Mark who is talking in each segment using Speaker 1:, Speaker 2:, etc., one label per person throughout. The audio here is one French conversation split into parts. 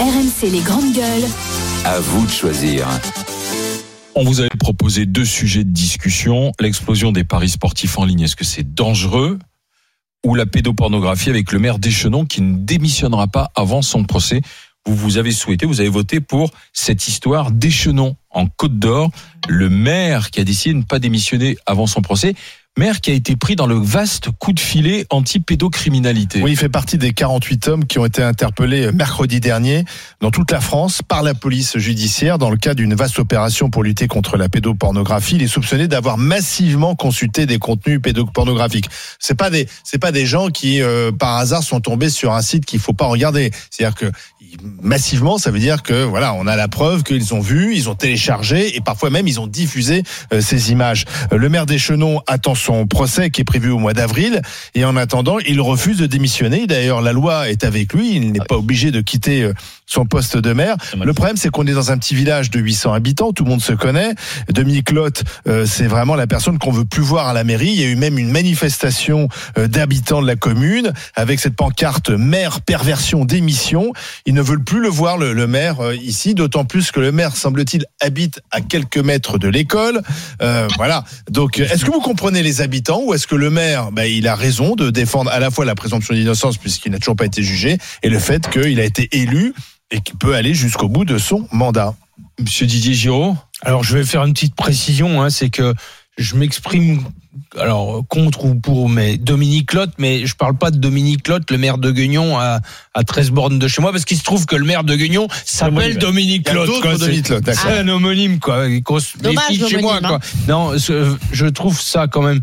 Speaker 1: RMC les grandes gueules.
Speaker 2: À vous de choisir.
Speaker 3: On vous avait proposé deux sujets de discussion. L'explosion des paris sportifs en ligne, est-ce que c'est dangereux Ou la pédopornographie avec le maire Deschenon qui ne démissionnera pas avant son procès vous, vous avez souhaité, vous avez voté pour cette histoire d'Echenon en Côte d'Or, le maire qui a décidé de ne pas démissionner avant son procès, maire qui a été pris dans le vaste coup de filet anti-pédocriminalité.
Speaker 4: Oui, il fait partie des 48 hommes qui ont été interpellés mercredi dernier dans toute la France par la police judiciaire dans le cadre d'une vaste opération pour lutter contre la pédopornographie. Il est soupçonné d'avoir massivement consulté des contenus pédopornographiques. C'est pas des c'est pas des gens qui euh, par hasard sont tombés sur un site qu'il faut pas regarder. C'est-à-dire que massivement, ça veut dire que voilà, on a la preuve qu'ils ont vu, ils ont téléchargé et parfois même ils ont diffusé euh, ces images. Euh, le maire d'Echenon attend son procès qui est prévu au mois d'avril et en attendant, il refuse de démissionner. D'ailleurs, la loi est avec lui, il n'est pas obligé de quitter euh, son poste de maire. Le problème, c'est qu'on est dans un petit village de 800 habitants, tout le monde se connaît. Dominique Lotte, euh, c'est vraiment la personne qu'on veut plus voir à la mairie. Il y a eu même une manifestation euh, d'habitants de la commune avec cette pancarte maire perversion démission. Il ne ne veulent plus le voir, le, le maire, euh, ici, d'autant plus que le maire, semble-t-il, habite à quelques mètres de l'école. Euh, voilà. Donc, est-ce que vous comprenez les habitants ou est-ce que le maire, bah, il a raison de défendre à la fois la présomption d'innocence, puisqu'il n'a toujours pas été jugé, et le fait qu'il a été élu et qu'il peut aller jusqu'au bout de son mandat
Speaker 3: Monsieur Didier Giraud
Speaker 5: Alors, je vais faire une petite précision, hein, c'est que je m'exprime alors contre ou pour mais Dominique Lotte mais je parle pas de Dominique Lotte le maire de Guignon à, à 13 bornes de chez moi parce qu'il se trouve que le maire de Guignon
Speaker 3: Ah,
Speaker 5: s'appelle Dominique Lotte
Speaker 4: Ah.
Speaker 5: c'est un homonyme quoi qu'on se méfie chez moi quoi. non ce, je trouve ça quand même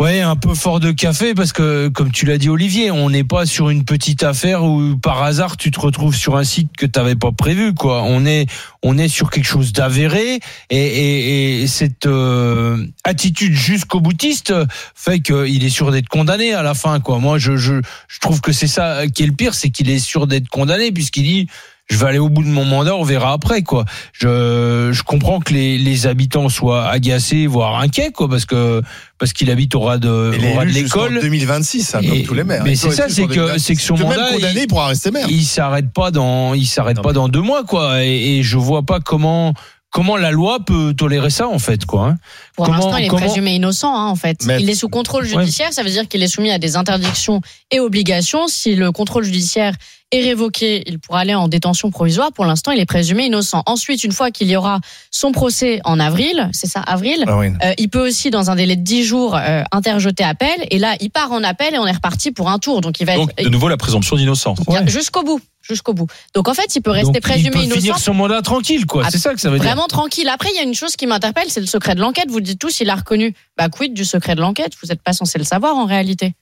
Speaker 5: Ouais, un peu fort de café parce que, comme tu l'as dit Olivier, on n'est pas sur une petite affaire où par hasard tu te retrouves sur un site que t'avais pas prévu quoi. On est on est sur quelque chose d'avéré et, et, et, cette euh, attitude jusqu'au boutiste fait qu'il est sûr d'être condamné à la fin quoi. Moi je je, je trouve que c'est ça qui est le pire, c'est qu'il est sûr d'être condamné puisqu'il dit je vais aller au bout de mon mandat, on verra après quoi. Je, je comprends que les, les habitants soient agacés, voire inquiets quoi, parce que parce qu'il habite au ras de, au ras de l'école.
Speaker 4: 2026, hein, comme tous les maires.
Speaker 5: Mais c'est ça, c'est que c'est que son
Speaker 4: même
Speaker 5: mandat,
Speaker 4: condamné pour rester maire.
Speaker 5: il s'arrête pas dans, il s'arrête
Speaker 4: Non,
Speaker 5: pas
Speaker 4: mais-
Speaker 5: dans deux mois quoi, et, et je vois pas comment comment la loi peut tolérer ça en fait quoi. hein.
Speaker 6: Pour
Speaker 5: Comment-
Speaker 6: l'instant, il est
Speaker 5: comment-
Speaker 6: présumé innocent, hein, en fait.
Speaker 4: Mais-
Speaker 6: Il est sous contrôle judiciaire, ça veut dire qu'il est soumis à des interdictions et obligations. Si le contrôle judiciaire est révoqué, il pourra aller en détention provisoire. Pour l'instant, il est présumé innocent. Ensuite, une fois qu'il y aura son procès en avril, c'est ça, avril,
Speaker 4: Ah oui.
Speaker 6: euh, il peut aussi, dans un délai de 10 jours, euh, interjeter appel. Et là, il part en appel et on est reparti pour un tour. Donc, il va
Speaker 3: Donc,
Speaker 6: être
Speaker 3: de nouveau, la présomption d'innocence.
Speaker 6: il- jusqu'au bout. Jusqu'au bout. Donc, en fait, il peut rester
Speaker 5: Donc, il peut
Speaker 6: présumé innocent
Speaker 5: finir son mandat tranquille quoi.
Speaker 6: Ah,
Speaker 5: c'est ça que ça veut dire.
Speaker 6: vraiment tranquille. Après, il y a une chose qui m'interpelle, c'est le secret de l'enquête. Vous le dites tous, il a reconnu. Bah, quid du secret de l'enquête Vous n'êtes pas censé le savoir en réalité.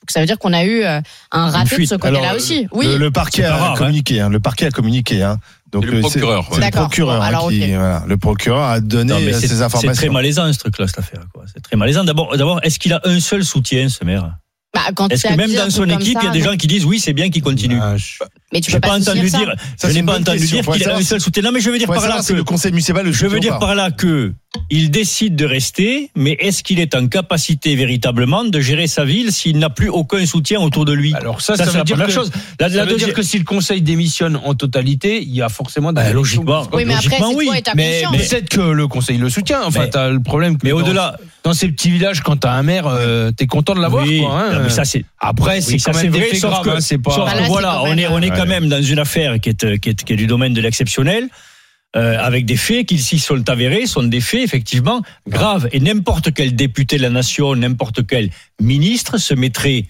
Speaker 6: Donc, ça veut dire qu'on a eu euh, un raté de
Speaker 5: fuite.
Speaker 6: ce côté-là
Speaker 4: Alors,
Speaker 6: aussi. Oui.
Speaker 4: Le, le parquet
Speaker 3: C'est
Speaker 4: a
Speaker 3: pas rare,
Speaker 4: communiqué. hein. le parquet a communiqué. hein. Donc
Speaker 3: C'est le
Speaker 4: euh,
Speaker 3: procureur,
Speaker 4: c'est
Speaker 3: ouais.
Speaker 4: le
Speaker 6: D'accord.
Speaker 4: procureur
Speaker 6: Bon,
Speaker 4: hein,
Speaker 6: alors,
Speaker 4: qui-
Speaker 6: ok.
Speaker 4: voilà. le procureur a donné
Speaker 7: Non,
Speaker 4: euh,
Speaker 7: mais c'est-
Speaker 4: ces
Speaker 7: C'est très
Speaker 4: informations.
Speaker 7: malaisant ce truc-là, cette affaire. quoi. C'est très malaisant. D'abord, d'abord, est-ce qu'il a un seul soutien, ce maire
Speaker 6: Bah, quand
Speaker 7: Est-ce
Speaker 6: t'es
Speaker 7: que même
Speaker 6: accusé d'un
Speaker 7: dans son
Speaker 6: truc comme
Speaker 7: équipe, il y a
Speaker 6: ça,
Speaker 7: des gens qui disent oui, c'est bien qu'il continue
Speaker 5: Ah, je-
Speaker 6: Mais tu
Speaker 7: J'ai
Speaker 6: peux
Speaker 7: pas,
Speaker 6: pas, te
Speaker 7: entendu
Speaker 6: dire ça.
Speaker 7: dire,
Speaker 4: Ça,
Speaker 7: je
Speaker 4: Bah, c'est
Speaker 7: n'ai
Speaker 4: une
Speaker 7: pas
Speaker 4: bonne
Speaker 7: entendu
Speaker 4: question.
Speaker 7: dire
Speaker 4: Faut
Speaker 7: qu'il a
Speaker 4: savoir
Speaker 7: un
Speaker 4: si-
Speaker 7: seul soutien. Non, mais je veux dire
Speaker 4: Faut
Speaker 7: par
Speaker 4: savoir
Speaker 7: là
Speaker 4: si
Speaker 7: que
Speaker 4: le conseil municipal le
Speaker 7: je veux
Speaker 4: soutient ou
Speaker 7: dire
Speaker 4: pas.
Speaker 7: par là que il décide de rester, mais est-ce qu'il est en capacité véritablement de gérer sa ville s'il n'a plus aucun soutien autour de lui
Speaker 5: Alors ça, ça,
Speaker 7: Ça, c'est
Speaker 5: veut
Speaker 7: la
Speaker 5: dire
Speaker 7: première
Speaker 5: que,
Speaker 7: chose.
Speaker 5: La,
Speaker 7: La- la
Speaker 5: ça veut dire
Speaker 7: deuxième-
Speaker 5: que si le Conseil démissionne en totalité, il y a forcément des
Speaker 7: Bah,
Speaker 5: élections.
Speaker 7: logiquement.
Speaker 6: Oui, mais après,
Speaker 7: Logiquement,
Speaker 6: c'est
Speaker 7: oui.
Speaker 6: toi et ta
Speaker 5: Mais,
Speaker 6: conscience.
Speaker 5: mais peut-être que le Conseil le soutient. Enfin,
Speaker 7: Mais-
Speaker 5: t'as le problème. que
Speaker 7: Mais
Speaker 5: dans-
Speaker 7: au-delà,
Speaker 5: dans ces petits villages, quand t'as un maire, euh, t'es content de l'avoir.
Speaker 7: Oui,
Speaker 5: quoi, hein.
Speaker 7: non, mais ça c'est
Speaker 5: Après, c'est
Speaker 7: Oui,
Speaker 5: quand
Speaker 7: ça,
Speaker 5: même
Speaker 7: c'est
Speaker 5: des
Speaker 7: vrai,
Speaker 5: faits
Speaker 7: sauf
Speaker 5: graves,
Speaker 7: que-
Speaker 5: hein, c'est pas.
Speaker 7: Sauf que
Speaker 6: Bah là, c'est
Speaker 7: voilà,
Speaker 6: quand
Speaker 7: on
Speaker 6: même,
Speaker 7: est, on est
Speaker 4: euh,
Speaker 7: quand même dans une affaire qui est, euh, qui est, qui est du domaine de l'exceptionnel, euh, avec des faits qui, s'ils sont avérés, sont des faits effectivement graves. Et n'importe quel député de la nation, n'importe quel ministre se mettrait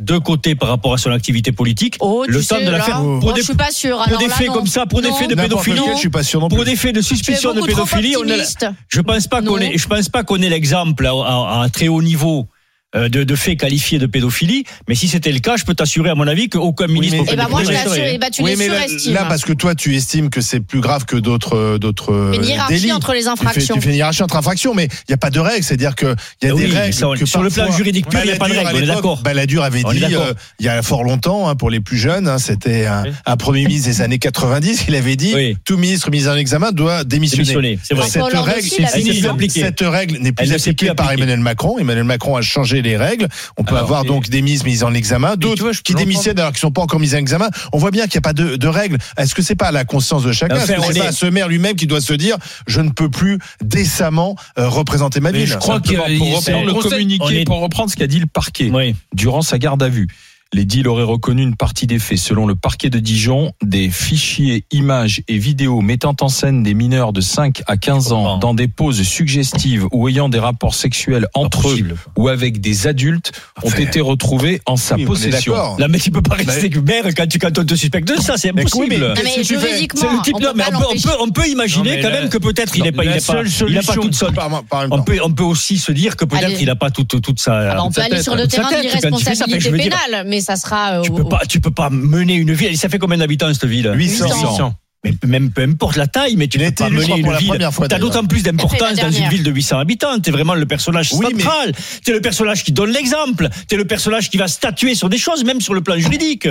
Speaker 7: de côté par rapport à son activité politique.
Speaker 6: Oh, tu
Speaker 7: le
Speaker 6: sais,
Speaker 7: temps de
Speaker 6: là,
Speaker 7: l'affaire
Speaker 6: oh,
Speaker 7: pour des,
Speaker 6: je suis pas sûre.
Speaker 7: pour
Speaker 6: Alors
Speaker 7: des
Speaker 6: là,
Speaker 7: faits
Speaker 6: non.
Speaker 7: comme ça, pour des
Speaker 6: Non.
Speaker 7: faits de
Speaker 4: N'importe
Speaker 7: pédophilie,
Speaker 4: lequel, je suis pas sûr non plus.
Speaker 7: pour des faits de
Speaker 6: Tu es
Speaker 7: suspicion de
Speaker 6: beaucoup trop
Speaker 7: pédophilie, on a la-
Speaker 6: optimiste.
Speaker 7: je pense pas
Speaker 6: Non.
Speaker 7: qu'on est, je pense pas qu'on ait l'exemple à, à- à très haut niveau euh, de, de faits qualifiés de pédophilie, mais si c'était le cas, je peux t'assurer à mon avis qu'aucun ministre.
Speaker 4: mais-
Speaker 7: aucun
Speaker 6: Eh ben,
Speaker 7: député
Speaker 6: moi, je
Speaker 7: ne
Speaker 6: l'assure.
Speaker 7: serait-
Speaker 6: Eh ben, tu
Speaker 4: oui,
Speaker 6: les
Speaker 4: mais là,
Speaker 6: surestimes.
Speaker 4: là, parce que toi, tu estimes que c'est plus grave que d'autres euh, d'autres euh,
Speaker 6: Une hiérarchie
Speaker 4: délits.
Speaker 6: entre les
Speaker 4: Tu fais,
Speaker 6: infractions.
Speaker 4: tu fais une hiérarchie entre infractions, mais il n'y a pas de règles. C'est-à-dire qu'il y a
Speaker 7: Ah oui,
Speaker 4: des
Speaker 7: mais
Speaker 4: règles.
Speaker 7: ça, on-
Speaker 4: que
Speaker 7: sur le plan
Speaker 4: parfois-
Speaker 7: juridique pur, il n'y a pas de
Speaker 4: Balladur,
Speaker 7: règles,
Speaker 4: à
Speaker 7: on est
Speaker 4: l'époque,
Speaker 7: d'accord.
Speaker 4: Balladur avait
Speaker 7: On est
Speaker 4: dit,
Speaker 7: d'accord.
Speaker 4: euh, il y a fort longtemps, hein, pour les plus jeunes, hein, c'était un, un premier ministre des années 90, il avait dit
Speaker 7: Oui.
Speaker 4: tout ministre mis en examen doit démissionner.
Speaker 7: Démissionner, c'est vrai.
Speaker 4: Cette
Speaker 6: Hollande
Speaker 4: règle,
Speaker 6: aussi, il avait
Speaker 4: cette-
Speaker 7: dit ça.
Speaker 4: cette règle n'est plus
Speaker 7: Elle ne s'est
Speaker 4: appliquée
Speaker 7: plus
Speaker 4: par
Speaker 7: appliquée.
Speaker 4: Emmanuel Macron. Emmanuel Macron a changé changer les règles. On peut
Speaker 5: Alors,
Speaker 4: avoir
Speaker 5: et-
Speaker 4: donc des mises mises en examen,
Speaker 5: tu
Speaker 4: d'autres
Speaker 5: vois, je peux
Speaker 4: qui
Speaker 5: l'entendre.
Speaker 4: démissionnent alors qu'ils sont pas encore mises en examen. On voit bien qu'il n'y a pas de, de règles. Est-ce que c'est pas à la conscience de chacun
Speaker 7: Enfin,
Speaker 4: Est-ce que
Speaker 7: on
Speaker 4: c'est
Speaker 7: est-
Speaker 4: pas à ce maire lui-même qui doit se dire je ne peux plus décemment euh, représenter ma
Speaker 3: Mais
Speaker 4: ville
Speaker 3: je crois qu'il
Speaker 7: simplement,
Speaker 3: pour
Speaker 7: pour
Speaker 3: reprendre
Speaker 7: reprendre le
Speaker 3: le communiqué,
Speaker 7: on est-
Speaker 3: pour reprendre ce qu'a dit le parquet
Speaker 7: Oui.
Speaker 3: durant sa garde à vue. Les deals auraient reconnu une partie des faits. Selon le parquet de Dijon, des fichiers, images et vidéos mettant en scène des mineurs de 5 à 15 ans
Speaker 7: comprends.
Speaker 3: dans des poses suggestives ou ayant des rapports sexuels entre eux
Speaker 7: Impossible.
Speaker 3: ou avec des adultes ont
Speaker 4: Enfin,
Speaker 3: été retrouvés en sa
Speaker 4: Oui, on est
Speaker 3: possession.
Speaker 4: d'accord.
Speaker 7: Là, mais tu peux pas rester maire quand tu quand on te suspecte de ça, c'est
Speaker 4: Mais oui,
Speaker 7: impossible.
Speaker 4: mais-
Speaker 6: Non, mais
Speaker 4: Qu'est-ce que tu fais
Speaker 7: C'est
Speaker 6: juridiquement,
Speaker 7: le type
Speaker 6: on
Speaker 7: là,
Speaker 6: peut
Speaker 7: mais
Speaker 6: pas
Speaker 7: on peut, on
Speaker 6: l'empêcher.
Speaker 7: peut- on peut imaginer
Speaker 5: Non, mais
Speaker 7: quand
Speaker 5: la-
Speaker 7: même que peut-être il
Speaker 5: Non,
Speaker 7: n'est pas,
Speaker 5: la
Speaker 7: il est pas,
Speaker 5: seule
Speaker 7: il a pas
Speaker 5: solution-
Speaker 7: toute seule.
Speaker 4: Par- par-
Speaker 7: On peut, on peut aussi se dire que peut-être
Speaker 6: Allez.
Speaker 7: il n'a pas tout, tout- toute sa.
Speaker 6: Ah bah, on peut
Speaker 7: sa
Speaker 6: aller
Speaker 7: tête.
Speaker 6: sur le
Speaker 7: Toute sa
Speaker 6: terrain de
Speaker 7: tête, quand tu fais ça, fait que
Speaker 6: l'irresponsabilité
Speaker 7: je veux dire,
Speaker 6: pénale, mais ça sera. euh,
Speaker 7: Tu
Speaker 6: au-
Speaker 7: peux pas, tu peux pas mener une ville. Et ça fait combien d'habitants cette ville
Speaker 4: 800.
Speaker 6: 800.
Speaker 7: Mais même peu importe la taille, mais tu
Speaker 4: Il a
Speaker 7: peux
Speaker 4: été
Speaker 7: pas
Speaker 4: élu, je
Speaker 7: mener
Speaker 4: crois, pour
Speaker 7: une
Speaker 4: la
Speaker 7: ville.
Speaker 4: première fois,
Speaker 7: T'as
Speaker 4: d'ailleurs.
Speaker 7: d'autant plus d'importance
Speaker 6: Et c'est la
Speaker 7: dans une
Speaker 6: dernière.
Speaker 7: ville de 800 habitants. T'es vraiment le personnage
Speaker 4: Oui, mais-
Speaker 7: central. T'es le personnage qui donne l'exemple. T'es le personnage qui va statuer sur des choses, même sur le plan juridique.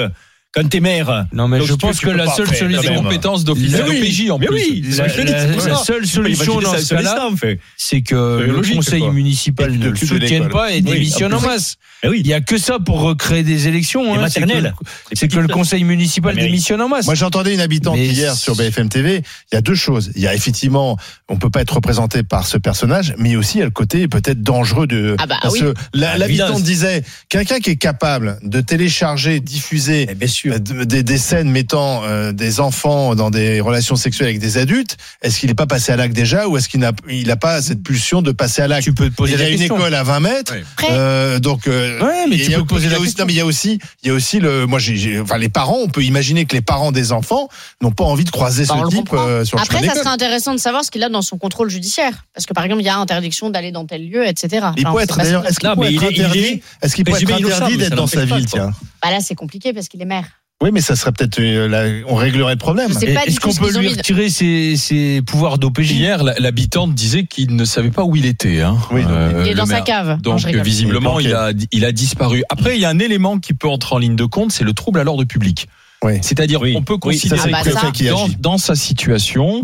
Speaker 7: Quand t'es maire.
Speaker 5: Non, mais
Speaker 7: Donc,
Speaker 5: je
Speaker 7: tu-
Speaker 5: pense
Speaker 7: tu
Speaker 5: que
Speaker 7: peux
Speaker 5: la
Speaker 7: pas
Speaker 5: seule
Speaker 7: faire,
Speaker 3: Les
Speaker 5: solution.
Speaker 7: quand même.
Speaker 3: compétences d'office
Speaker 7: Mais oui,
Speaker 3: d'OPJ en
Speaker 7: mais
Speaker 3: plus.
Speaker 7: oui,
Speaker 3: Ils
Speaker 7: la-
Speaker 3: ont fait des
Speaker 7: la-
Speaker 3: trucs comme
Speaker 7: la
Speaker 3: ça.
Speaker 5: seule
Speaker 7: Tu peux
Speaker 5: solution
Speaker 7: imaginer
Speaker 5: dans
Speaker 7: ça
Speaker 5: ce
Speaker 7: sur les
Speaker 5: cas-là,
Speaker 7: stands, fait.
Speaker 5: c'est que
Speaker 7: C'est
Speaker 5: le
Speaker 7: logique,
Speaker 5: conseil
Speaker 7: quoi.
Speaker 5: municipal
Speaker 4: Et
Speaker 5: ne
Speaker 4: de
Speaker 5: le
Speaker 4: cul de
Speaker 5: soutienne
Speaker 4: l'école.
Speaker 5: pas et
Speaker 7: Oui,
Speaker 5: démissionne
Speaker 7: en
Speaker 5: en
Speaker 7: plus.
Speaker 5: masse.
Speaker 7: Eh oui.
Speaker 5: Il y a que ça pour recréer des élections.
Speaker 7: Les
Speaker 5: hein, c'est que le-
Speaker 7: maternelles.
Speaker 5: C'est que le
Speaker 7: petites-
Speaker 5: conseil municipal
Speaker 7: La mairie.
Speaker 5: démissionne en masse.
Speaker 4: Moi, j'entendais une habitante
Speaker 5: Mais
Speaker 4: hier
Speaker 5: c'est-
Speaker 4: sur BFM TV. Il y a deux choses. Il y a effectivement, on peut pas être représenté par ce personnage, mais aussi il y a le côté peut-être dangereux de.
Speaker 6: Ah bah
Speaker 4: parce
Speaker 6: oui.
Speaker 4: que la-
Speaker 7: Ah,
Speaker 4: l'habitante
Speaker 7: évidence.
Speaker 4: disait quelqu'un qui est capable de télécharger, diffuser
Speaker 7: Eh bien sûr.
Speaker 4: euh, de- des, des scènes mettant euh, des enfants dans des relations sexuelles avec des adultes, est-ce qu'il n'est pas passé à l'acte déjà ou est-ce qu'il n'a il a pas cette pulsion de passer à l'acte
Speaker 5: Tu peux te poser
Speaker 4: Il y
Speaker 5: la
Speaker 4: a une
Speaker 5: question.
Speaker 4: école à 20 mètres,
Speaker 3: Ouais.
Speaker 6: Après-
Speaker 4: euh, donc euh,
Speaker 5: Ouais, mais
Speaker 4: il y
Speaker 5: tu
Speaker 4: a-
Speaker 5: peux te poser
Speaker 4: il y a
Speaker 5: la
Speaker 4: aussi-
Speaker 5: question.
Speaker 4: non, mais il y a aussi, il y a aussi le, moi, j'ai, j'ai- enfin, les parents, on peut imaginer que les parents des enfants n'ont pas envie de croiser
Speaker 6: Bah, on
Speaker 4: ce
Speaker 6: le
Speaker 4: type
Speaker 6: comprend.
Speaker 4: euh, sur le chemin
Speaker 6: Après, ça
Speaker 4: d'école.
Speaker 6: serait intéressant de savoir ce qu'il a dans son contrôle judiciaire. Parce que par exemple, il y a interdiction d'aller dans tel lieu, etc.
Speaker 4: Il
Speaker 6: Enfin, on
Speaker 4: peut
Speaker 6: sait
Speaker 4: être
Speaker 6: pas ce
Speaker 4: d'ailleurs,
Speaker 6: qu'il-
Speaker 4: est-ce qu'il
Speaker 7: Non,
Speaker 4: peut
Speaker 7: mais
Speaker 4: être
Speaker 7: il est- il
Speaker 4: interdit,
Speaker 7: est-
Speaker 4: est-ce qu'il peut
Speaker 7: Mais
Speaker 4: être
Speaker 7: j'imagine
Speaker 4: interdit
Speaker 7: ça, mais
Speaker 4: d'être
Speaker 7: ça
Speaker 4: dans sa
Speaker 7: l'empêche pas,
Speaker 4: ville,
Speaker 7: quoi.
Speaker 4: tiens
Speaker 6: Bah là, c'est compliqué parce qu'il est maire.
Speaker 4: Oui, mais ça serait peut-être, euh, la- on réglerait le problème.
Speaker 6: Je sais
Speaker 5: Et
Speaker 6: pas du
Speaker 5: Est-ce
Speaker 6: tout
Speaker 5: qu'on
Speaker 6: ce
Speaker 5: peut
Speaker 6: qu'ils ont
Speaker 5: lui
Speaker 6: mis-
Speaker 5: retirer ses, ses pouvoirs d'OPJ
Speaker 3: Hier, la- l'habitante disait qu'il ne savait pas où il était. hein.
Speaker 4: Oui, donc,
Speaker 6: Il est
Speaker 3: le
Speaker 6: dans sa
Speaker 3: maire.
Speaker 6: cave. Non,
Speaker 3: Donc
Speaker 6: je rigole.
Speaker 3: visiblement,
Speaker 4: Il est
Speaker 3: il a, il a disparu. Après, il y a un élément qui peut entrer en ligne de compte, c'est le trouble à l'ordre public.
Speaker 4: Oui.
Speaker 3: C'est-à-dire,
Speaker 7: Oui.
Speaker 3: on peut
Speaker 7: Oui,
Speaker 3: considérer
Speaker 6: ça, c'est le
Speaker 3: que
Speaker 6: préfet
Speaker 4: qui
Speaker 3: dans,
Speaker 4: agit.
Speaker 3: dans sa situation,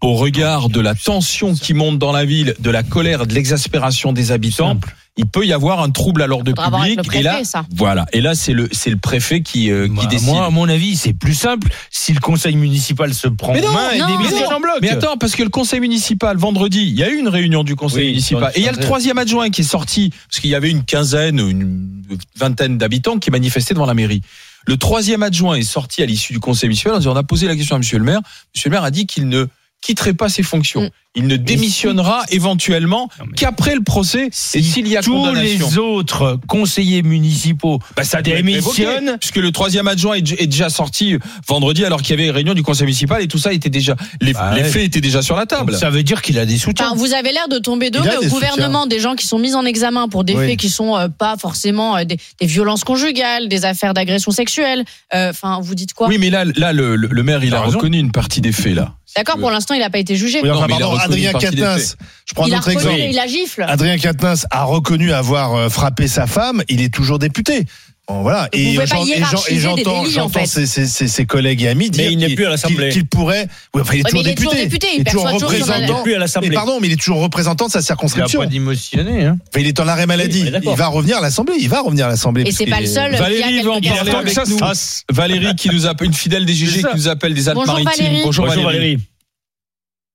Speaker 3: au regard de la tension qui monte dans la ville, de la colère, de l'exaspération des habitants, il peut y avoir un trouble à l'ordre
Speaker 6: Faudra voir avec
Speaker 3: public.
Speaker 6: le
Speaker 3: et là,
Speaker 6: préfet, ça.
Speaker 3: voilà. Et là, c'est le c'est le préfet qui euh, qui
Speaker 5: Bah,
Speaker 3: décide.
Speaker 5: Moi, à mon avis, c'est plus simple si le conseil municipal se prend
Speaker 3: Mais non,
Speaker 5: en main et
Speaker 6: non,
Speaker 5: démissionne
Speaker 6: non.
Speaker 5: en bloc.
Speaker 3: Mais attends, parce que le conseil municipal, vendredi, il y a eu une réunion du conseil
Speaker 7: Oui,
Speaker 3: municipal.
Speaker 7: sur-
Speaker 3: Et il y a le troisième adjoint qui est sorti, parce qu'il y avait une quinzaine, une vingtaine d'habitants qui manifestaient devant la mairie. Le troisième adjoint est sorti à l'issue du conseil municipal en disant, on a posé la question à monsieur le maire. Monsieur le maire a dit qu'il ne quitterait pas ses fonctions.
Speaker 6: Mm.
Speaker 3: Il ne démissionnera éventuellement
Speaker 5: Non, mais-
Speaker 3: qu'après le procès et s'il y a
Speaker 5: Tous
Speaker 3: condamnation.
Speaker 5: les autres conseillers municipaux
Speaker 3: Bah, ça doit être
Speaker 5: Démissionne.
Speaker 3: révoqué, puisque le troisième adjoint est, est déjà sorti vendredi alors qu'il y avait réunion du conseil municipal et tout ça était déjà les,
Speaker 5: Bah
Speaker 3: les
Speaker 5: ouais.
Speaker 3: faits étaient déjà sur la table.
Speaker 5: Donc, Ça veut dire qu'il a des soutiens.
Speaker 6: Enfin, vous avez l'air de tomber de haut,
Speaker 4: Il a
Speaker 6: mais
Speaker 4: des
Speaker 6: au gouvernement, des gens qui sont mis en examen pour des
Speaker 4: Oui.
Speaker 6: faits qui sont euh, pas forcément euh, des, des violences conjugales, des affaires d'agression sexuelle. Euh, Enfin, vous dites quoi
Speaker 3: Oui, mais là, là le, le- le maire, il
Speaker 5: T'as
Speaker 3: a
Speaker 5: raison.
Speaker 3: reconnu une partie des faits, là.
Speaker 6: D'accord, pour l'instant, il n'a pas été jugé.
Speaker 4: Oui, enfin,
Speaker 3: mais il a
Speaker 4: pardon,
Speaker 3: reconnu
Speaker 4: Adrien
Speaker 3: une partie des
Speaker 4: Quatennens,
Speaker 3: faits.
Speaker 4: je prends
Speaker 6: il
Speaker 4: un
Speaker 6: a
Speaker 4: autre
Speaker 6: reconnu,
Speaker 4: exemple. Ah,
Speaker 6: il a gifle.
Speaker 4: Adrien Quatennens a reconnu avoir euh, frappé sa femme, il est toujours député. Bon, voilà.
Speaker 6: Vous pouvez
Speaker 4: euh,
Speaker 6: pas
Speaker 4: j'en- et j'en-
Speaker 6: hiérarchiser
Speaker 4: et
Speaker 6: des
Speaker 4: j'entends,
Speaker 6: délits, en
Speaker 4: j'entends
Speaker 6: fait.
Speaker 4: ses, ses- ses- ses collègues et amis dire
Speaker 7: il n'est
Speaker 4: qu'il-
Speaker 7: plus à l'assemblée.
Speaker 4: qu'il- qu'il pourrait. Oui, enfin, il est
Speaker 6: Ouais, mais
Speaker 4: toujours
Speaker 6: il est toujours
Speaker 4: député.
Speaker 6: député, il
Speaker 4: est toujours
Speaker 6: perçoit toujours son
Speaker 7: Il n'est
Speaker 4: représentant.
Speaker 7: plus à
Speaker 4: Mais
Speaker 7: l'Assemblée.
Speaker 4: pardon, mais il est toujours représentant de sa
Speaker 5: Il n'a
Speaker 4: circonscription.
Speaker 5: pas démissionné. Hein.
Speaker 4: Enfin, il est en arrêt maladie.
Speaker 7: Oui, on est d'accord.
Speaker 4: il va revenir à l'Assemblée. Il va revenir à l'Assemblée.
Speaker 6: Et
Speaker 4: parce
Speaker 6: c'est
Speaker 4: qu'il
Speaker 6: pas le
Speaker 4: est-
Speaker 6: seul.
Speaker 3: Valérie va en
Speaker 6: qui a quelques
Speaker 3: parler
Speaker 6: caractères.
Speaker 3: avec nous. Valérie qui nous appelle, une fidèle des
Speaker 5: C'est
Speaker 3: GG
Speaker 5: ça.
Speaker 3: qui nous appelle des
Speaker 6: Bonjour,
Speaker 3: Alpes-Maritimes.
Speaker 6: Valérie.
Speaker 3: Bonjour,
Speaker 7: Bonjour
Speaker 3: Valérie.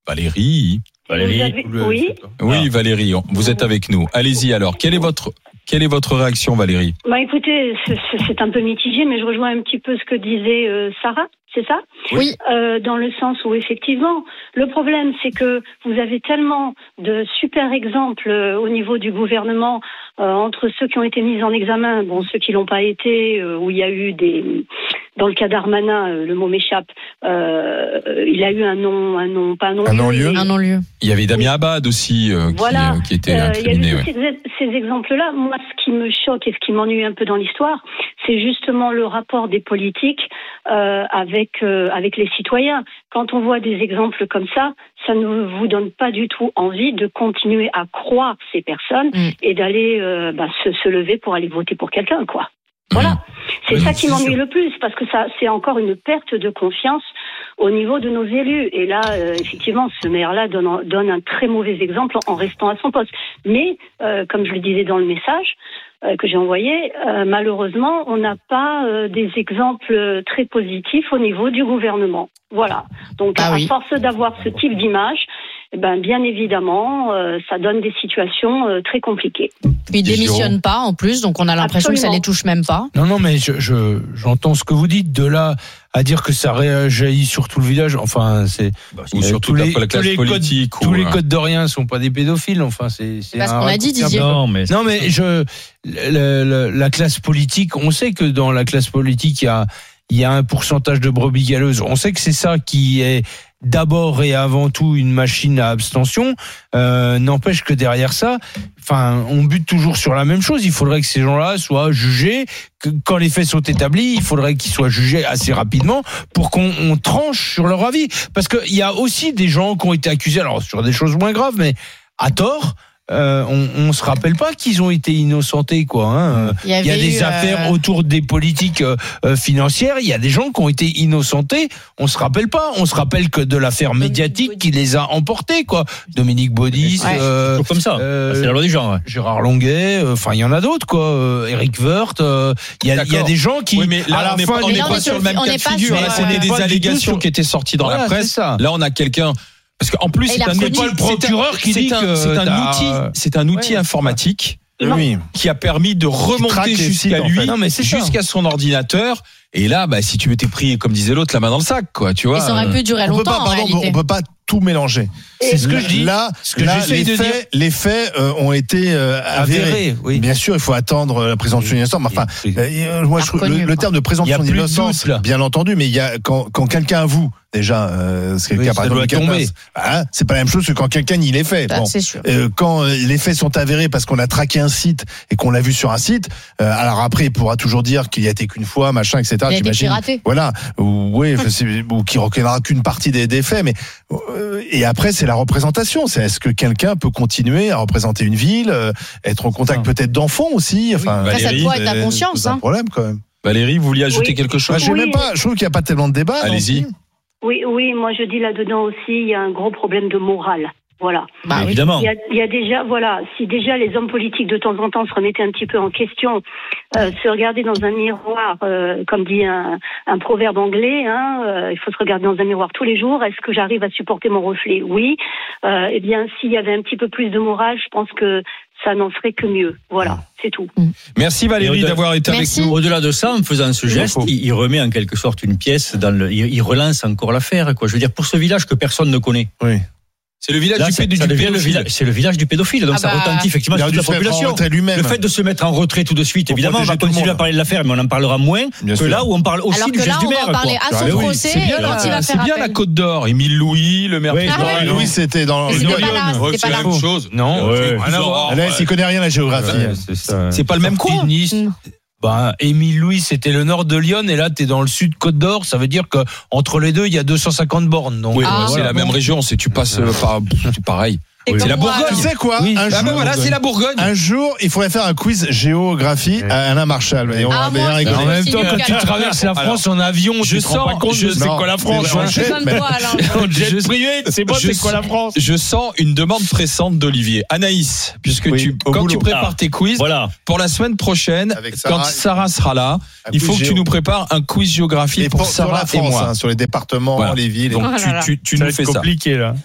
Speaker 7: Valérie.
Speaker 3: Valérie.
Speaker 7: Valérie.
Speaker 1: Vous avez- Oui,
Speaker 5: Ah.
Speaker 3: Oui, Valérie, on- vous êtes avec nous. Allez-y alors. Quelle est votre, quelle est votre réaction, Valérie
Speaker 1: bah écoutez, c'est- c'est c'est un peu mitigé, mais je rejoins un petit peu ce que disait euh, Sarah, c'est ça
Speaker 6: Oui.
Speaker 1: Euh, dans le sens où effectivement, le problème c'est que vous avez tellement de super exemples euh, au niveau du gouvernement euh, entre ceux qui ont été mis en examen, bon ceux qui l'ont pas été, euh, où il y a eu des, dans le cas d'Armanin, euh, le mot m'échappe, euh, il a eu un nom, un nom, pas un nom,
Speaker 4: Un non-lieu.
Speaker 1: mais-
Speaker 6: Un non-lieu.
Speaker 3: Il y avait Damien Abad aussi euh, qui,
Speaker 1: Voilà.
Speaker 3: euh, qui était
Speaker 1: Euh, Il y a
Speaker 3: incriminé.
Speaker 1: eu
Speaker 3: ouais.
Speaker 1: tous ces, ces exemples-là. Moi, ce qui me choque et ce qui m'ennuie un peu dans l'histoire, c'est justement le rapport des politiques euh, avec euh, avec les citoyens. Quand on voit des exemples comme ça, ça ne vous donne pas du tout envie de continuer à croire ces personnes
Speaker 6: Mm.
Speaker 1: et d'aller euh, bah, se, se lever pour aller voter pour quelqu'un, quoi. Voilà. C'est
Speaker 3: Oui,
Speaker 1: ça qui
Speaker 3: c'est
Speaker 1: m'ennuie
Speaker 3: sûr.
Speaker 1: le plus parce que ça, c'est encore une perte de confiance au niveau de nos élus. Et là, euh, effectivement, ce maire-là donne, en- donne un très mauvais exemple en restant à son poste. Mais, euh, comme je le disais dans le message euh, que j'ai envoyé, euh, malheureusement, on n'a pas euh, des exemples très positifs au niveau du gouvernement. Voilà. Donc,
Speaker 6: Ah
Speaker 1: à
Speaker 6: oui.
Speaker 1: force d'avoir ce type d'image, eh ben, bien évidemment, euh, ça donne des situations euh, très compliquées.
Speaker 6: Puis ils
Speaker 3: Des
Speaker 6: démissionnent pas en plus, donc on a l'impression que ça
Speaker 1: Absolument.
Speaker 6: les touche même pas.
Speaker 5: Non, non, mais je, je- j'entends ce que vous dites. De là à dire que ça réjaillit sur tout le village, enfin, c'est.
Speaker 3: Ou
Speaker 5: euh,
Speaker 3: surtout
Speaker 5: tous les-
Speaker 3: la classe
Speaker 5: tous les codes-
Speaker 3: politique.
Speaker 5: tous
Speaker 3: ou,
Speaker 5: les
Speaker 3: euh,
Speaker 5: codes d'Orient sont pas des pédophiles, enfin, c'est. c'est
Speaker 6: parce
Speaker 5: un
Speaker 6: qu'on a dit,
Speaker 5: raccourci un
Speaker 6: Didier.
Speaker 5: peu-
Speaker 7: Non, mais
Speaker 5: Non, mais je, le- le- la classe politique, on sait que dans la classe politique, il y a, il y a un pourcentage de brebis galeuses. On sait que c'est ça qui est d'abord et avant tout une machine à abstention. Euh, N'empêche que derrière ça, enfin, on bute toujours sur la même chose. Il faudrait que ces gens-là soient jugés. Que, quand les faits sont établis, il faudrait qu'ils soient jugés assez rapidement pour qu'on on tranche sur leur avis. Parce qu'il y a aussi des gens qui ont été accusés, alors sur des choses moins graves, mais à tort. euh, on, on se rappelle pas qu'ils ont été innocentés, quoi. hein. Il y a
Speaker 6: avait
Speaker 5: des
Speaker 6: eu, euh,
Speaker 5: affaires autour des politiques euh, euh, financières. Il y a des gens qui ont été innocentés. On se rappelle pas. On se rappelle que de l'affaire
Speaker 6: Dominique
Speaker 5: médiatique qui les a emportés, quoi. Dominique Baudis,
Speaker 6: Ouais.
Speaker 5: euh,
Speaker 7: toujours comme ça.
Speaker 5: euh,
Speaker 7: c'est la loi du genre. ouais.
Speaker 5: Gérard Longuet. euh, Enfin, il y en a d'autres, quoi. euh, Eric Werth. euh, Il y a- il y a
Speaker 3: D'accord.
Speaker 5: des gens qui.
Speaker 3: Oui, mais là,
Speaker 5: à la
Speaker 3: on n'est
Speaker 5: fin
Speaker 3: pas, on
Speaker 5: du-
Speaker 3: n'est
Speaker 6: non,
Speaker 3: pas
Speaker 6: mais
Speaker 3: sur le
Speaker 6: sur-
Speaker 3: même
Speaker 6: on
Speaker 3: cas
Speaker 6: n'est
Speaker 3: de
Speaker 6: pas
Speaker 3: figure.
Speaker 6: sur-
Speaker 3: Là, c'est
Speaker 6: ouais.
Speaker 3: des
Speaker 5: Pas du tout
Speaker 3: allégations
Speaker 5: sur-
Speaker 3: qui étaient sorties dans
Speaker 5: Voilà,
Speaker 3: la
Speaker 5: c'est
Speaker 3: presse.
Speaker 5: ça.
Speaker 3: Là, on a quelqu'un. Parce qu'en plus,
Speaker 6: Et
Speaker 3: c'est
Speaker 6: la
Speaker 3: un
Speaker 6: presse-
Speaker 3: outil.
Speaker 6: C'est pas le
Speaker 5: procureur qui
Speaker 3: c'est
Speaker 5: dit
Speaker 3: un-
Speaker 5: que
Speaker 3: C'est un
Speaker 5: t'as-
Speaker 3: outil. C'est un outil
Speaker 5: Ouais.
Speaker 3: informatique
Speaker 4: Oui.
Speaker 3: qui a permis de
Speaker 4: traque
Speaker 3: remonter
Speaker 4: les
Speaker 3: jusqu'à
Speaker 4: sites, en fait.
Speaker 3: lui,
Speaker 5: Non, mais c'est ça.
Speaker 3: jusqu'à son ordinateur. Et là, bah, si tu étais pris, comme disait l'autre, la main dans le sac, quoi, tu vois. Euh,
Speaker 6: Et ça aurait pu durer
Speaker 4: On peut,
Speaker 6: longtemps
Speaker 4: pas,
Speaker 6: en
Speaker 4: pardon, on
Speaker 6: réalité.
Speaker 4: peut pas tout mélanger.
Speaker 5: C'est ce que
Speaker 4: Là-
Speaker 5: je dis.
Speaker 4: Là,
Speaker 5: Ce que
Speaker 4: là,
Speaker 5: j'essaye
Speaker 4: les,
Speaker 5: de dire.
Speaker 4: faits, les faits euh, ont été euh, avérés.
Speaker 5: avéré, oui.
Speaker 4: Bien sûr, il faut attendre euh, la présomption d'innocence. Mais enfin,
Speaker 5: Oui.
Speaker 4: euh, moi,
Speaker 6: Ah,
Speaker 4: je trouve
Speaker 6: reconnu,
Speaker 4: le, le
Speaker 6: quoi.
Speaker 4: terme de
Speaker 5: Il y a
Speaker 4: présomption
Speaker 5: plus de
Speaker 4: d'innocence,
Speaker 5: doute, là.
Speaker 4: bien entendu, mais il y a quand, quand quelqu'un avoue, déjà, euh, ce qui est le
Speaker 5: Oui,
Speaker 4: cas
Speaker 5: ça
Speaker 4: par
Speaker 5: doit
Speaker 4: exemple du
Speaker 5: tomber.
Speaker 4: Capnas, hein, c'est pas la même chose que quand quelqu'un il est fait.
Speaker 6: Ça,
Speaker 4: Bon.
Speaker 6: Bah, C'est sûr.
Speaker 4: Euh, quand euh, les faits sont avérés parce qu'on a traqué un site et qu'on l'a vu sur un site, euh, alors après il pourra toujours dire qu'il y a été qu'une fois, machin, etc.
Speaker 6: Il a été
Speaker 4: Ah, j'imagine.
Speaker 6: piraté.
Speaker 4: Voilà, ou ouais, enfin, c'est- ou qui reconnaîtra qu'une partie des, des faits, mais euh, et après c'est la représentation. C'est est-ce que quelqu'un peut continuer à représenter une ville, euh, être en contact peut-être d'enfants aussi. Enfin,
Speaker 3: Après, ça
Speaker 4: Valérie,
Speaker 6: doit être la
Speaker 4: c'est-
Speaker 6: conscience,
Speaker 4: C'est un
Speaker 6: hein.
Speaker 4: problème quand même.
Speaker 3: Valérie, vous vouliez ajouter
Speaker 1: Oui.
Speaker 3: quelque
Speaker 4: Enfin,
Speaker 3: chose
Speaker 4: je sais
Speaker 1: Oui.
Speaker 4: même pas. Je trouve qu'il n'y a pas tellement de débat. non
Speaker 3: Allez-y.
Speaker 4: plus.
Speaker 1: Oui, oui, moi je dis là-dedans aussi, il y a un gros problème de morale. Voilà.
Speaker 6: Bah oui.
Speaker 7: Évidemment.
Speaker 1: Il y, a, il y a déjà, voilà, si déjà les hommes politiques de temps en temps se remettaient un petit peu en question, euh, se regarder dans un miroir, euh, comme dit un, un proverbe anglais, hein, euh, il faut se regarder dans un miroir tous les jours. Est-ce que j'arrive à supporter mon reflet Oui. Euh, eh bien, s'il y avait un petit peu plus de morale, je pense que ça n'en serait que mieux. Voilà, c'est tout.
Speaker 3: Merci
Speaker 7: Et
Speaker 3: Valérie
Speaker 7: au-delà-
Speaker 3: d'avoir été
Speaker 6: Merci.
Speaker 3: avec nous.
Speaker 7: Au-delà de ça, en faisant ce geste,
Speaker 3: faut.
Speaker 7: il, il remet en quelque sorte une pièce dans le, il, il relance encore l'affaire, quoi. Je veux dire, pour ce village que personne ne connaît.
Speaker 3: C'est le village
Speaker 7: Là,
Speaker 3: du,
Speaker 7: ça-
Speaker 3: P- du
Speaker 7: ça devient le
Speaker 3: pédophile.
Speaker 7: village- c'est le village du pédophile, donc
Speaker 6: Ah
Speaker 7: ça
Speaker 6: bah.
Speaker 7: retentit effectivement
Speaker 4: Il
Speaker 7: sur
Speaker 4: aurait dû
Speaker 7: toute la
Speaker 4: se mettre en
Speaker 7: population.
Speaker 4: retrait
Speaker 7: Le
Speaker 4: lui-même.
Speaker 7: fait de se mettre en retrait tout de suite,
Speaker 4: Pour
Speaker 7: évidemment, on
Speaker 4: protéger
Speaker 7: va
Speaker 4: tout le
Speaker 7: continuer
Speaker 4: monde.
Speaker 7: à parler de l'affaire, mais on en parlera moins
Speaker 4: Bien
Speaker 7: que
Speaker 4: sûr.
Speaker 7: là où on parle aussi
Speaker 6: Alors
Speaker 7: du
Speaker 6: que là,
Speaker 7: geste du
Speaker 6: on va
Speaker 7: maire.
Speaker 6: en parler
Speaker 7: quoi. Ah,
Speaker 6: à son
Speaker 4: oui,
Speaker 6: procès
Speaker 3: Ah C'est bien,
Speaker 6: et quand
Speaker 3: la-
Speaker 6: il va
Speaker 3: c'est
Speaker 6: faire
Speaker 3: bien la
Speaker 6: appel.
Speaker 3: Côte d'or. Émile Louis, le maire
Speaker 7: Oui,
Speaker 3: de
Speaker 6: Ah ouais.
Speaker 3: Lyon.
Speaker 4: Louis, c'était dans.
Speaker 6: Mais
Speaker 4: le
Speaker 6: c'était
Speaker 4: Lyon.
Speaker 6: pas là,
Speaker 3: Ouais,
Speaker 6: Ah, c'était
Speaker 3: c'est
Speaker 6: pas
Speaker 3: la
Speaker 6: là.
Speaker 3: même chose.
Speaker 5: Non,
Speaker 7: Ouais.
Speaker 5: c'est rien à voir.
Speaker 4: Là, il connaît rien à la géographie.
Speaker 5: Ouais,
Speaker 4: hein.
Speaker 5: c'est ça.
Speaker 3: C'est pas le même coin.
Speaker 5: Nice.
Speaker 6: Mm.
Speaker 5: Bah, Émile Louis, c'était le nord de Lyon, et là, t'es dans le sud Côte d'Or. Ça veut dire que entre les deux, il y a 250 bornes. Donc,
Speaker 3: Oui, bah,
Speaker 5: euh,
Speaker 6: Ah.
Speaker 3: c'est
Speaker 5: voilà.
Speaker 3: la même région. C'est tu passes euh, par, c'est pareil. Ah,
Speaker 6: C'est
Speaker 3: Oui.
Speaker 6: comme
Speaker 3: C'est la
Speaker 6: moi,
Speaker 3: Bourgogne.
Speaker 4: Tu
Speaker 6: alors.
Speaker 4: sais quoi
Speaker 5: Oui.
Speaker 4: Un
Speaker 5: Ah bah
Speaker 4: jour-
Speaker 5: voilà, c'est la Bourgogne.
Speaker 4: Un jour, il faudrait faire un quiz géographie à Alain Marshall. Et on va
Speaker 6: Ah,
Speaker 4: bien
Speaker 6: moi,
Speaker 4: rigoler.
Speaker 5: en
Speaker 6: c'est
Speaker 5: même
Speaker 6: aussi
Speaker 5: temps,
Speaker 6: du
Speaker 5: quand tu
Speaker 6: calme.
Speaker 5: traverses la France en avion,
Speaker 3: Je
Speaker 5: tu te rends
Speaker 3: sens-
Speaker 5: pas compte
Speaker 3: je
Speaker 5: de
Speaker 3: sais
Speaker 5: c'est
Speaker 4: Non,
Speaker 5: quoi la
Speaker 4: c'est
Speaker 5: France.
Speaker 4: vrai,
Speaker 5: hein.
Speaker 4: on sait.
Speaker 6: Comme
Speaker 4: Mais-
Speaker 6: toi, Alain.
Speaker 5: En jet
Speaker 3: Je-
Speaker 5: privé, c'est bon,
Speaker 3: je-
Speaker 5: c'est quoi la France
Speaker 3: Je sens une demande pressante d'Olivier. Anaïs, puisque
Speaker 4: Oui,
Speaker 3: tu,
Speaker 4: au
Speaker 3: quand
Speaker 4: boulot.
Speaker 3: tu prépares
Speaker 7: Ah.
Speaker 3: tes quiz,
Speaker 7: Voilà.
Speaker 3: pour la semaine prochaine,
Speaker 4: Avec Sarah.
Speaker 3: quand Sarah sera là,
Speaker 4: Un
Speaker 3: il
Speaker 4: quiz
Speaker 3: faut que tu
Speaker 4: géo.
Speaker 3: nous prépares un quiz géographie
Speaker 4: Et
Speaker 3: pour,
Speaker 4: pour, sur
Speaker 3: Sarah
Speaker 4: la
Speaker 3: et
Speaker 4: France,
Speaker 3: moi.
Speaker 4: hein, sur les départements,
Speaker 3: Voilà.
Speaker 4: les villes. et
Speaker 3: Donc
Speaker 6: Oh là
Speaker 3: tu,
Speaker 6: là.
Speaker 3: tu, tu nous fais ça.
Speaker 5: compliqué, là.